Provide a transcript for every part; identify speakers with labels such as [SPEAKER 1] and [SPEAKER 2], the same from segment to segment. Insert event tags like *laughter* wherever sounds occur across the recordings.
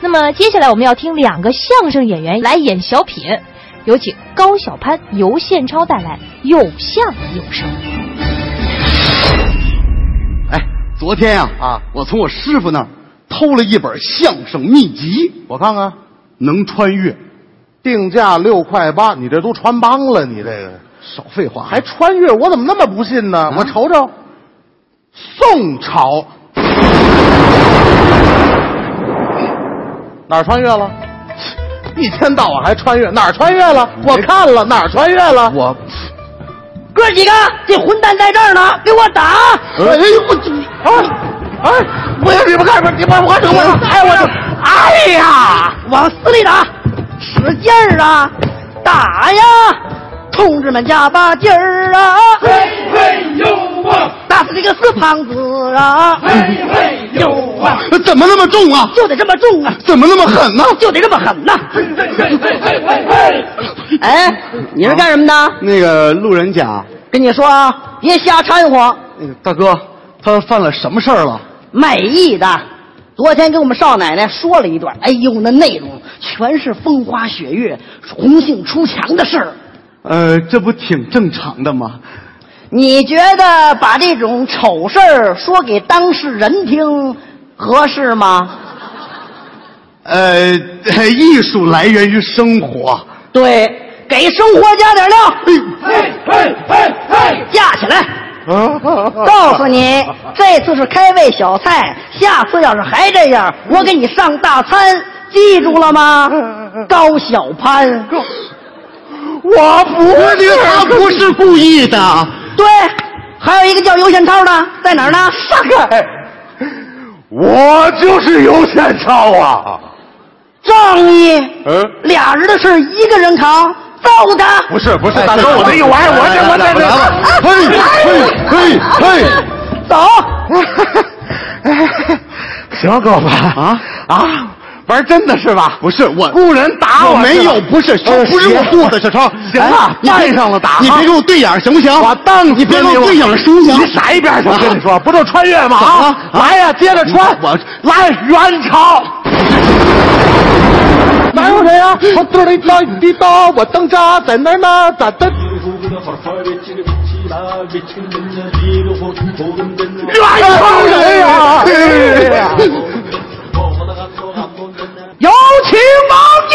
[SPEAKER 1] 那么接下来我们要听两个相声演员来演小品，有请高晓攀、尤宪超带来《有相有声》。
[SPEAKER 2] 哎，昨天呀啊
[SPEAKER 3] 啊
[SPEAKER 2] 我从我师傅那儿偷了一本相声秘籍，
[SPEAKER 3] 我看看，
[SPEAKER 2] 能穿越。
[SPEAKER 3] 定价六块八，你这都穿帮了，你这个
[SPEAKER 2] 少废话，啊
[SPEAKER 3] 还穿越，我怎么那么不信呢？我瞅瞅，
[SPEAKER 2] 宋朝
[SPEAKER 3] 哪儿穿越了？一天到晚还穿越，哪儿穿越了？我看了，哪儿穿越了？
[SPEAKER 2] 我，
[SPEAKER 4] 哥几个，这混蛋在这儿呢，给我打！
[SPEAKER 3] 哎呦我这哎哎，我你们干什么？你们我等我
[SPEAKER 4] 哎，我这，哎呀，往死里打，使劲儿啊，打呀！同志们加把劲儿啊！嘿嘿有我，打死这个死胖子啊！
[SPEAKER 2] 怎么那么重啊？
[SPEAKER 4] 就得这么重啊，
[SPEAKER 2] 怎么那么狠呢、
[SPEAKER 4] 就得这么狠呐、哎，你是干什么的？
[SPEAKER 2] 啊那个路人甲，
[SPEAKER 4] 跟你说啊，别瞎掺和，
[SPEAKER 2] 那个大哥，他犯了什么事儿了？
[SPEAKER 4] 卖艺的。昨天给我们少奶奶说了一段，哎呦，那内容全是风花雪月、红杏出墙的事儿。
[SPEAKER 2] 呃，这不挺正常的吗？
[SPEAKER 4] 你觉得把这种丑事儿说给当事人听合适吗？
[SPEAKER 2] 呃，艺术来源于生活。哎
[SPEAKER 4] 对，给生活加点料，架起来。
[SPEAKER 3] 啊
[SPEAKER 4] 告诉你，
[SPEAKER 3] *laughs*
[SPEAKER 4] 这次是开胃小菜，下次要是还这样，我给你上大餐，记住了吗？高小攀，
[SPEAKER 2] *laughs* 我不是，他不是故意的。
[SPEAKER 4] 对，还有一个叫刘宪超的，在哪儿呢？
[SPEAKER 2] 哎
[SPEAKER 3] 我就是尤宪超啊！
[SPEAKER 4] 仗义，
[SPEAKER 3] 嗯，
[SPEAKER 4] 俩人的事儿一个人扛，揍他！
[SPEAKER 3] 不是不是，
[SPEAKER 2] 哎
[SPEAKER 3] 大哥，
[SPEAKER 2] 对
[SPEAKER 3] 我这一玩意儿，我这我这
[SPEAKER 2] 这，嘿嘿嘿嘿，
[SPEAKER 4] 走，
[SPEAKER 3] *laughs* 行，哥吧
[SPEAKER 2] 啊
[SPEAKER 3] 啊，玩真的是吧？
[SPEAKER 2] 不是我，
[SPEAKER 3] 雇人打
[SPEAKER 2] 我
[SPEAKER 3] 我哦
[SPEAKER 2] 没有，不是，不是我做的，小超。
[SPEAKER 3] *laughs* 行了
[SPEAKER 2] 哎你
[SPEAKER 3] 站上了打啊
[SPEAKER 2] 你别给我对眼儿行不行？
[SPEAKER 3] 我瞪死
[SPEAKER 2] 你别给
[SPEAKER 3] 你
[SPEAKER 2] 我
[SPEAKER 3] 我
[SPEAKER 2] 对眼儿行不行？
[SPEAKER 3] 你傻一边去！我跟你说，不就穿越吗？啊，来呀，接着穿！
[SPEAKER 2] 我
[SPEAKER 3] 来元朝。哪有谁
[SPEAKER 2] 嗯
[SPEAKER 3] 呀？我这里到你到，我登扎在那儿呢，咋的？元朝人呀！哎有请王爷。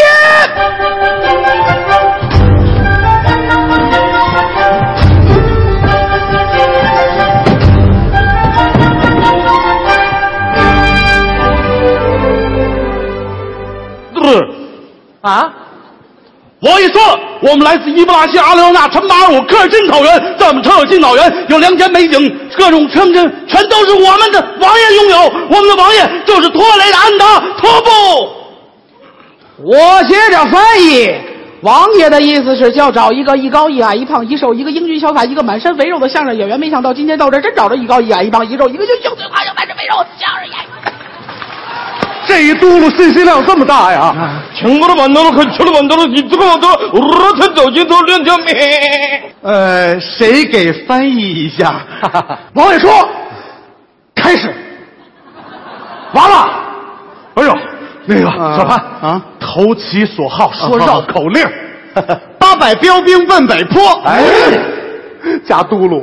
[SPEAKER 4] 啊，
[SPEAKER 5] 王爷说，我们来自伊布拉西阿勒纳陈巴尔武科尔沁草原，在我们特有新草原有良田美景，各种城镇全都是我们的王爷拥有。我们的王爷就是托雷的安达托布。
[SPEAKER 6] 我接着翻译，王爷的意思是要找一个一高一矮一胖一瘦一个英俊潇洒一个满身肥肉的相声演员，没想到今天到这儿真找着一高一矮一胖一瘦一个英俊潇洒一个满身肥肉的相声演员。
[SPEAKER 3] 这一嘟噜信息量这么大呀！
[SPEAKER 2] 啊
[SPEAKER 5] 请不了满头了，可吃了满头了，你这个满头，我他走街头两条命。
[SPEAKER 2] 呃，谁给翻译一 *laughs* 下？
[SPEAKER 3] 王爷说：“开始。”完了。哎呦，那个
[SPEAKER 2] 啊
[SPEAKER 3] 小潘
[SPEAKER 2] 啊，
[SPEAKER 3] 投其所好，说
[SPEAKER 2] 啊好
[SPEAKER 3] 绕
[SPEAKER 2] *laughs*
[SPEAKER 3] 口令。
[SPEAKER 2] 八百标兵奔北坡。
[SPEAKER 3] 哎， *laughs* 加嘟噜。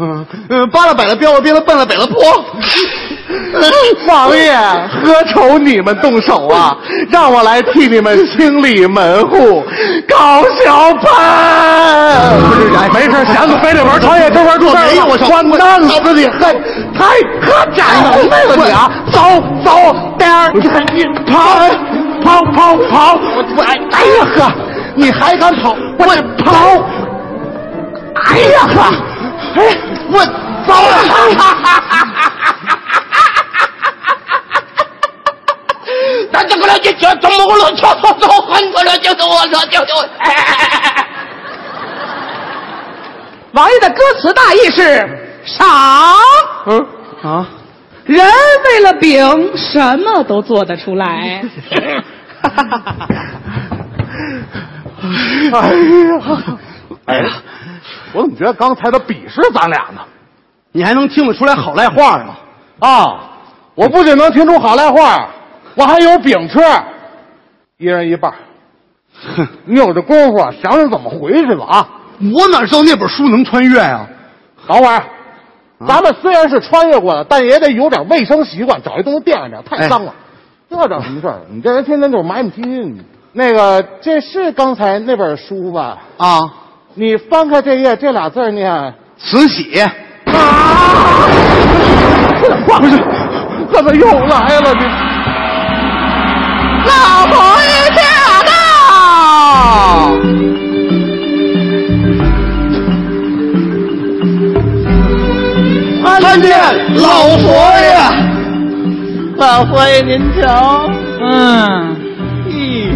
[SPEAKER 3] 呃
[SPEAKER 2] 嗯，扒拉摆了标了兵了奔了北了坡。
[SPEAKER 3] 王爷，呃何愁你们动手啊？让我来替你们清理门户。高小潘，不是，哎，没事，闲的非得玩穿越这
[SPEAKER 2] 我
[SPEAKER 3] 玩这
[SPEAKER 2] 没有我操
[SPEAKER 3] 穿蛋子你，太太可长能耐了你啊！走走，边儿，你跑跑跑跑，我我哎哎呀呵，你还敢跑？我跑，哎呀呵，哎，我走了。
[SPEAKER 5] 咱这个了就叫怎么了？叫叫叫，换过来就是我了，就是我。
[SPEAKER 6] 王爷的歌词大意是：赏
[SPEAKER 3] 嗯，
[SPEAKER 2] 啊，
[SPEAKER 6] 人为了饼什么都做得出来。
[SPEAKER 3] 哎呀，哎呀，我怎么觉得刚才他鄙视咱俩呢？
[SPEAKER 2] 你还能听得出来好赖话吗？
[SPEAKER 5] *laughs*
[SPEAKER 3] 啊，我不仅能听出好赖话，
[SPEAKER 7] 我还有饼吃，一人一半儿。
[SPEAKER 3] 哼，
[SPEAKER 7] 你有这功夫啊，想想怎么回去吧啊！
[SPEAKER 3] 我哪知道那本书能穿越啊？
[SPEAKER 7] 等会儿，咱们虽然是穿越过的，但也得有点卫生习惯，找一东西垫着点，太脏了。这叫什么事儿？你这人天天就是埋埋唧唧。你那个，这是刚才那本书吧？
[SPEAKER 3] 啊，
[SPEAKER 7] 你翻开这页，这俩字儿念
[SPEAKER 3] 慈禧，
[SPEAKER 7] 不是，怎么又来了？你
[SPEAKER 8] 老婆一驾到！
[SPEAKER 4] 参见老佛爷，老佛爷您瞧，嗯，咦，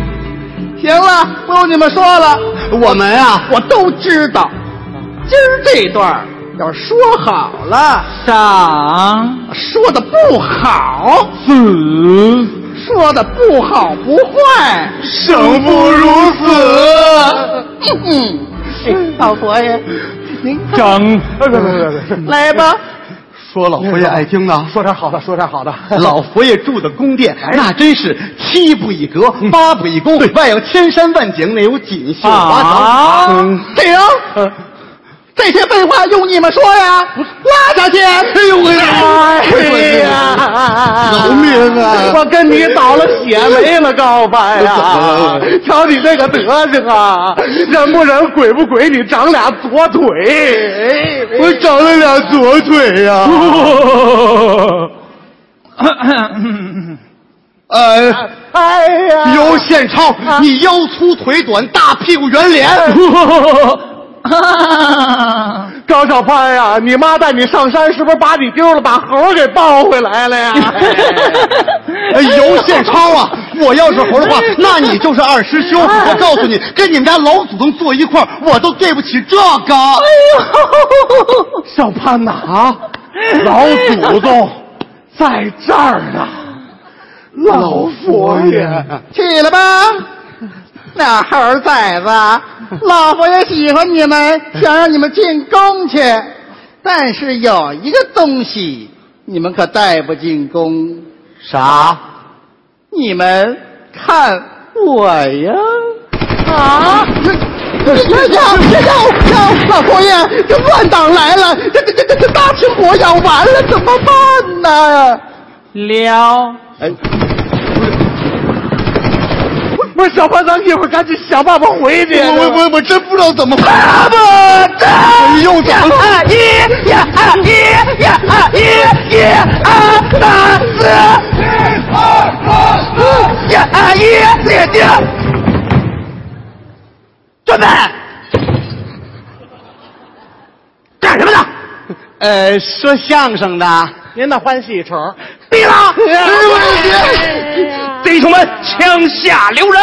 [SPEAKER 4] 行了，不用你们说了，
[SPEAKER 3] 我们啊，
[SPEAKER 4] 我都知道。今儿这段儿要是说好了，啥？说的不好，死；说的不好不坏，
[SPEAKER 3] 生不如死。
[SPEAKER 4] 老佛爷，您看
[SPEAKER 7] 整，别别别别，
[SPEAKER 4] 来吧。
[SPEAKER 3] 说老佛爷爱听的，
[SPEAKER 7] 说点好的，说点好的。
[SPEAKER 3] *laughs* 老佛爷住的宫殿那真是七步一阁，八步一宫，外有千山万景，内有锦绣华
[SPEAKER 4] 啊
[SPEAKER 3] 堂。嗯
[SPEAKER 4] 停！这些废话用你们说呀？拉下去！
[SPEAKER 7] 啊
[SPEAKER 4] 哎
[SPEAKER 3] 呦喂哎
[SPEAKER 4] 呀
[SPEAKER 3] 饶命啊！哎
[SPEAKER 7] 我跟你倒了血霉了告白呀、
[SPEAKER 3] 怎么了
[SPEAKER 7] 瞧你这个德行啊，人不人鬼不鬼，你长俩左腿。
[SPEAKER 3] 我长了俩左腿呀、呃，
[SPEAKER 7] 哎呀，
[SPEAKER 3] 尤宪超，你腰粗腿短，大屁股圆脸。
[SPEAKER 7] *laughs*
[SPEAKER 3] 啊
[SPEAKER 7] 高小攀呀、你妈带你上山，是不是把你丢了，把猴儿给抱回
[SPEAKER 3] *laughs*
[SPEAKER 7] 来了呀？
[SPEAKER 3] 哎，尤宪超啊，我要是猴的话，那你就是二师兄。我告诉你，跟你们家老祖宗坐一块儿，我都对不起这个。 *laughs*
[SPEAKER 7] 小潘呐啊，老祖宗在这儿呢，老佛爷。
[SPEAKER 4] 去了吧，那猴崽子，老佛爷喜欢你们，想让你们进宫去，但是有一个东西你们可带不进宫，
[SPEAKER 3] 啥？
[SPEAKER 4] 你们看我呀！啊！这这要要要！老佛爷，这乱党来了，这这这这这大清国要完了，怎么办呢？
[SPEAKER 7] 不是小潘，咱一会儿赶紧想办法回去。
[SPEAKER 3] 我我我我真不知道怎么回事。你又怎么了？
[SPEAKER 4] 干什么呢？
[SPEAKER 3] 呃，说相声哎的。
[SPEAKER 7] 您的欢喜虫，
[SPEAKER 4] 闭
[SPEAKER 7] *laughs*
[SPEAKER 4] 了！
[SPEAKER 7] 哎
[SPEAKER 5] 哎弟兄们，枪下留人！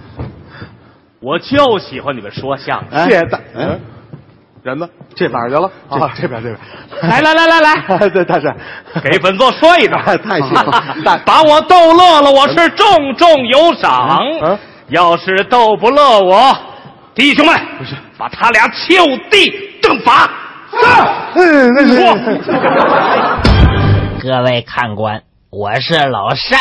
[SPEAKER 5] *laughs* 我就喜欢你们说相声。
[SPEAKER 3] 哎
[SPEAKER 7] 谢大
[SPEAKER 3] 哎，
[SPEAKER 7] 人呢？
[SPEAKER 3] 这哎哪儿去了？
[SPEAKER 7] 啊，这边这边， *laughs* 来来来来来， *laughs* 对，大帅，
[SPEAKER 5] *laughs* 给本座说一段，
[SPEAKER 7] *laughs* 太幸
[SPEAKER 5] *laughs*
[SPEAKER 7] 福了 *laughs* 大
[SPEAKER 5] 把我逗乐了，我是重重有赏。
[SPEAKER 7] 嗯嗯
[SPEAKER 5] 要是逗不乐我，弟兄们，把他俩就地正法。
[SPEAKER 3] 哎
[SPEAKER 7] 嗯，那
[SPEAKER 5] 你
[SPEAKER 7] 是
[SPEAKER 5] 说。
[SPEAKER 9] 各位看官，我是老单。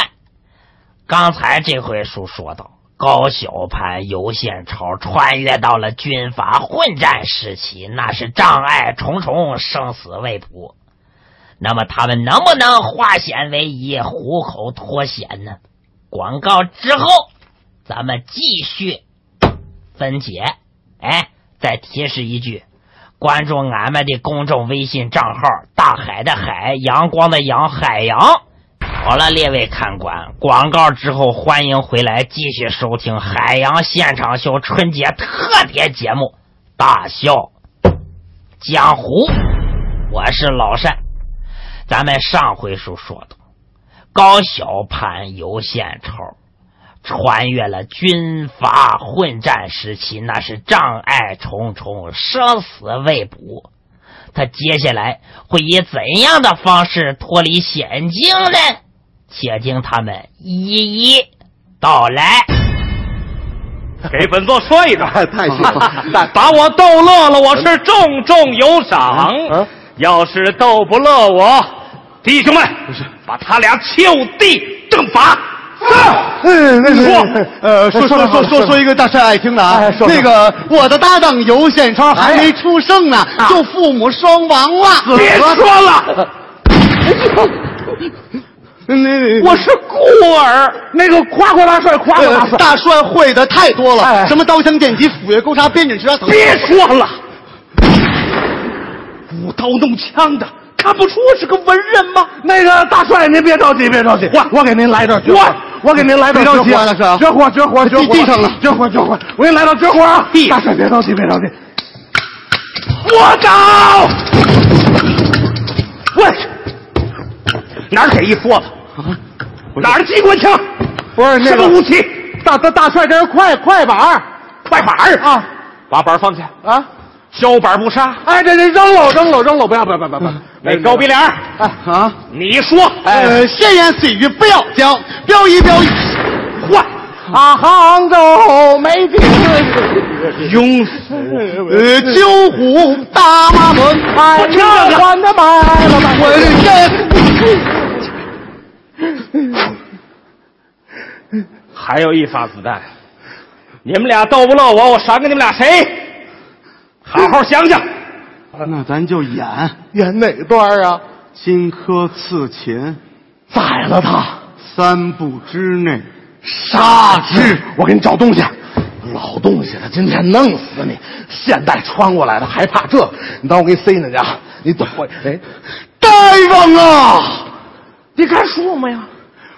[SPEAKER 9] 刚才这回书说到，高小攀、尤宪超穿越到了军阀混战时期，那是障碍重重，生死未卜。那么他们能不能化险为夷，虎口脱险呢？广告之后，咱们继续分解。哎，再提示一句，关注俺们的公众微信账号“大海的海，阳光的阳，海洋”。好了，列位看官，广告之后欢迎回来继续收听《海洋现场秀》春节特别节目《大笑江湖》，我是老单。咱们上回书说到，高小攀游现超。穿越了军阀混战时期，那是障碍重重，生死未卜。他接下来会以怎样的方式脱离险境呢？且听他们一一道来。
[SPEAKER 6] *laughs*
[SPEAKER 5] 给本座说一段，
[SPEAKER 3] 太幸福了
[SPEAKER 5] *laughs* 把我逗
[SPEAKER 6] 嗯
[SPEAKER 5] 乐了，我是重重有赏。要是逗不乐我，弟兄们，把他俩就地正法。
[SPEAKER 3] 嗯，那是
[SPEAKER 5] 说
[SPEAKER 3] 呃，说说说说说一个大帅爱听的啊
[SPEAKER 7] 哎，说说
[SPEAKER 3] 那个我的搭档尤宪超还没出生呢，
[SPEAKER 7] 哎啊
[SPEAKER 3] 就父母双亡了。
[SPEAKER 5] 别说
[SPEAKER 6] *laughs*
[SPEAKER 5] 了，
[SPEAKER 3] 那
[SPEAKER 6] 我是孤儿，那个夸夸大帅，夸夸大
[SPEAKER 3] 呃
[SPEAKER 6] 帅，
[SPEAKER 3] 大帅会的太多了，
[SPEAKER 6] 哎
[SPEAKER 3] 什么刀枪剑戟、斧钺钩叉、鞭锏十八层。
[SPEAKER 5] 别说了， *laughs* 舞刀弄枪的，看不出我是个文人吗？
[SPEAKER 8] 那个大帅，您别着急，别着急，我我给您来段绝活，我给您来段
[SPEAKER 3] 别着急啊大帅啊
[SPEAKER 8] 绝活，绝活，绝活，
[SPEAKER 3] 地地上了
[SPEAKER 8] 绝活，绝活，我给您来段绝活啊！大帅别着急，别着急，
[SPEAKER 5] 我刀！喂，哪儿给一梭子？哪儿机关枪？
[SPEAKER 7] 啊不是那
[SPEAKER 5] 什么
[SPEAKER 7] 个
[SPEAKER 5] 武器？
[SPEAKER 7] 大大大帅，这是快快板儿
[SPEAKER 5] 快板儿
[SPEAKER 7] 啊！
[SPEAKER 5] 把板儿放下，
[SPEAKER 7] 啊！
[SPEAKER 5] 削板不杀，
[SPEAKER 7] 哎，这这扔了扔了扔了，不要不要不要不要！
[SPEAKER 8] 哎
[SPEAKER 5] 那高哎鼻梁儿，
[SPEAKER 3] 啊，
[SPEAKER 5] 你说，
[SPEAKER 7] 哎
[SPEAKER 3] 呃，闲言碎语不要讲，标一标一。
[SPEAKER 5] 换
[SPEAKER 7] 啊，杭州没几个。
[SPEAKER 5] 庸
[SPEAKER 3] 呃，九虎大马轮，
[SPEAKER 7] 哎呀，我的买了买
[SPEAKER 3] 我
[SPEAKER 7] 了！
[SPEAKER 3] 这
[SPEAKER 5] 还有一发子弹，你们俩斗不过我，我赏给你们俩谁？好好想想，
[SPEAKER 3] 那咱就演
[SPEAKER 7] 演哪段啊？
[SPEAKER 3] 荆轲刺秦
[SPEAKER 8] 宰了他，
[SPEAKER 3] 三步之内。
[SPEAKER 8] 杀之！我给你找东西，啊老东西，他今天弄死你！现代穿过来的还怕这？你当我给你塞进去啊？你走，哎，
[SPEAKER 3] 大王啊，
[SPEAKER 6] 你该说我们呀？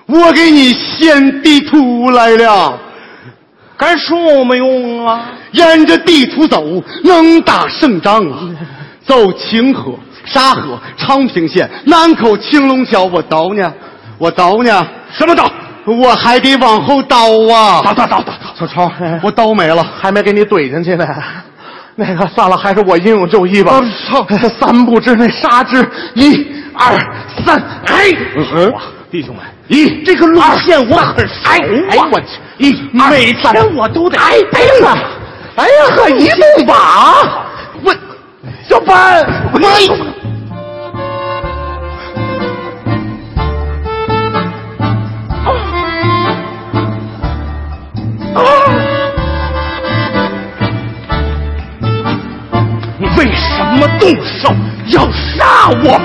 [SPEAKER 3] 我给你献地图来了。
[SPEAKER 6] 该说我没用啊？
[SPEAKER 3] 沿着地图走，能打胜仗啊！走秦河、沙河、昌平县、南口青龙桥，我倒呢，我倒呢，
[SPEAKER 5] 什么斗？
[SPEAKER 8] 啊
[SPEAKER 3] 我还得往后倒啊！
[SPEAKER 5] 倒倒倒倒倒！
[SPEAKER 7] 小超，
[SPEAKER 3] 我刀没了。
[SPEAKER 7] 还没给你怼进去呢。那个算了，还是我英勇就义吧。
[SPEAKER 3] 嗯
[SPEAKER 7] *laughs* 三步之内杀之，一二三，哎嘿，
[SPEAKER 3] 嗯
[SPEAKER 5] 哇，弟兄们，
[SPEAKER 7] 一这个路线我很熟啊！我去，一每天我都得。哎呀，哎呀呵，移动吧，我小班，我。
[SPEAKER 5] 你为什么动手要杀我？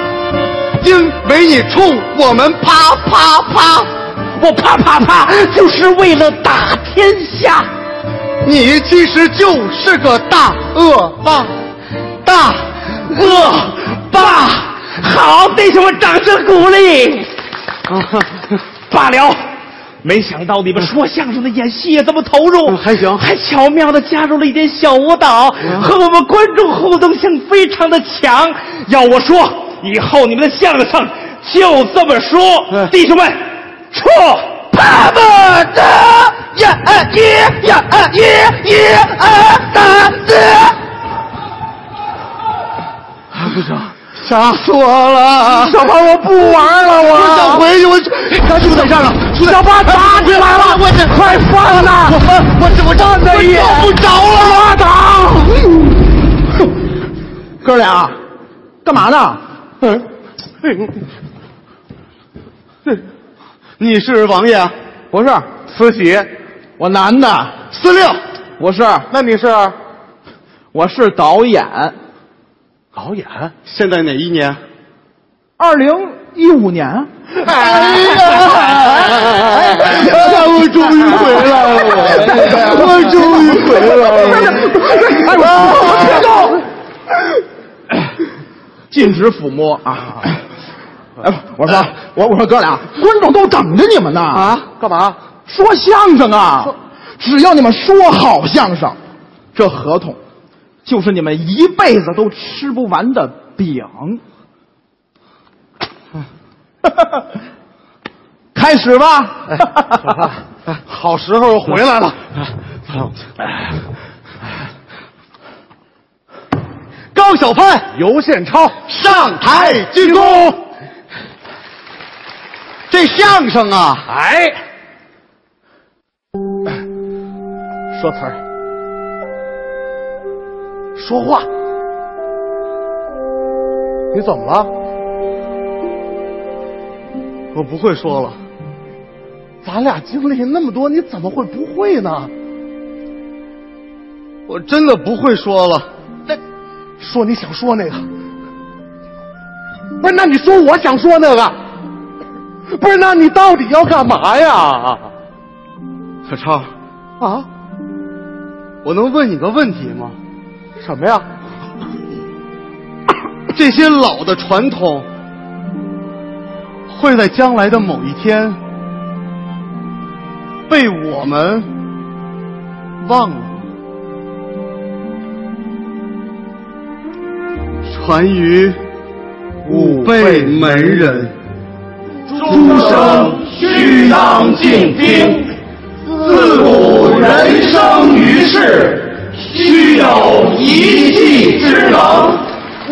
[SPEAKER 3] 因为你冲我们啪啪啪，
[SPEAKER 6] 我啪啪啪，就是为了打天下。
[SPEAKER 3] 你其实就是个大恶霸，大恶
[SPEAKER 6] 爸，好，弟兄们，掌声鼓励。
[SPEAKER 5] 啊罢了，没想到你们说相声的演戏也这么投入，
[SPEAKER 3] 嗯还行嗯
[SPEAKER 6] 还巧妙的加入了一点小舞蹈，和我们观众互动性非常的强。
[SPEAKER 5] 要我说，以后你们的相声就这么
[SPEAKER 3] 嗯
[SPEAKER 5] 说，弟兄们，撤！
[SPEAKER 6] 爸爸的呀耶呀耶耶啊哒的，
[SPEAKER 3] 杀死我了！
[SPEAKER 6] 小胖我不玩了，
[SPEAKER 3] 我想
[SPEAKER 6] 我
[SPEAKER 3] 回去，我哎他就在这儿了，哎就在
[SPEAKER 6] 小胖打起来了，我这快放了，我我我我站着也
[SPEAKER 3] 我够不着了
[SPEAKER 6] 拉倒。哥俩，干嘛呢？哎
[SPEAKER 3] 你是王爷啊，
[SPEAKER 7] 不是慈禧，我男的，
[SPEAKER 3] 司令，
[SPEAKER 7] 我是。那你是？我是导演。
[SPEAKER 3] 导演，现在哪一年？
[SPEAKER 7] 二零一五年，
[SPEAKER 3] 哎呀！我终于回来了，我终于回来了。
[SPEAKER 7] 禁止抚摸啊！哎，我说，我我说哥俩，观众都等着你们呢啊！干嘛？说相声啊！只要你们说好相声，这合同就是你们一辈子都吃不完的饼。 *laughs* 开始吧！ *laughs*
[SPEAKER 3] 好时候回来了，高小攀、
[SPEAKER 7] 尤宪超，
[SPEAKER 3] 上台鞠躬。这相声啊，
[SPEAKER 5] 哎，
[SPEAKER 7] 说词儿，说话。你怎么了？
[SPEAKER 3] 我不会说了。
[SPEAKER 7] 咱俩经历那么多，你怎么会不会呢？
[SPEAKER 3] 我真的不会说了。
[SPEAKER 7] 那说你想说那个，不是？那你说我想说那个，不是？那你到底要干嘛呀？
[SPEAKER 3] 小超，
[SPEAKER 7] 啊？
[SPEAKER 3] 我能问你个问题吗？
[SPEAKER 7] 什么呀？
[SPEAKER 3] *coughs* 这些老的传统，会在将来的某一天被我们忘了吗？传于
[SPEAKER 5] 吾
[SPEAKER 3] 吾
[SPEAKER 5] 辈
[SPEAKER 3] 辈
[SPEAKER 5] 门
[SPEAKER 3] 门
[SPEAKER 5] 人
[SPEAKER 3] 人，
[SPEAKER 5] 诸生须当静听，自古人生于世，须有一技之能。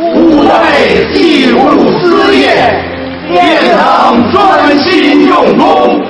[SPEAKER 5] 吾辈既务私业，便当专心用功，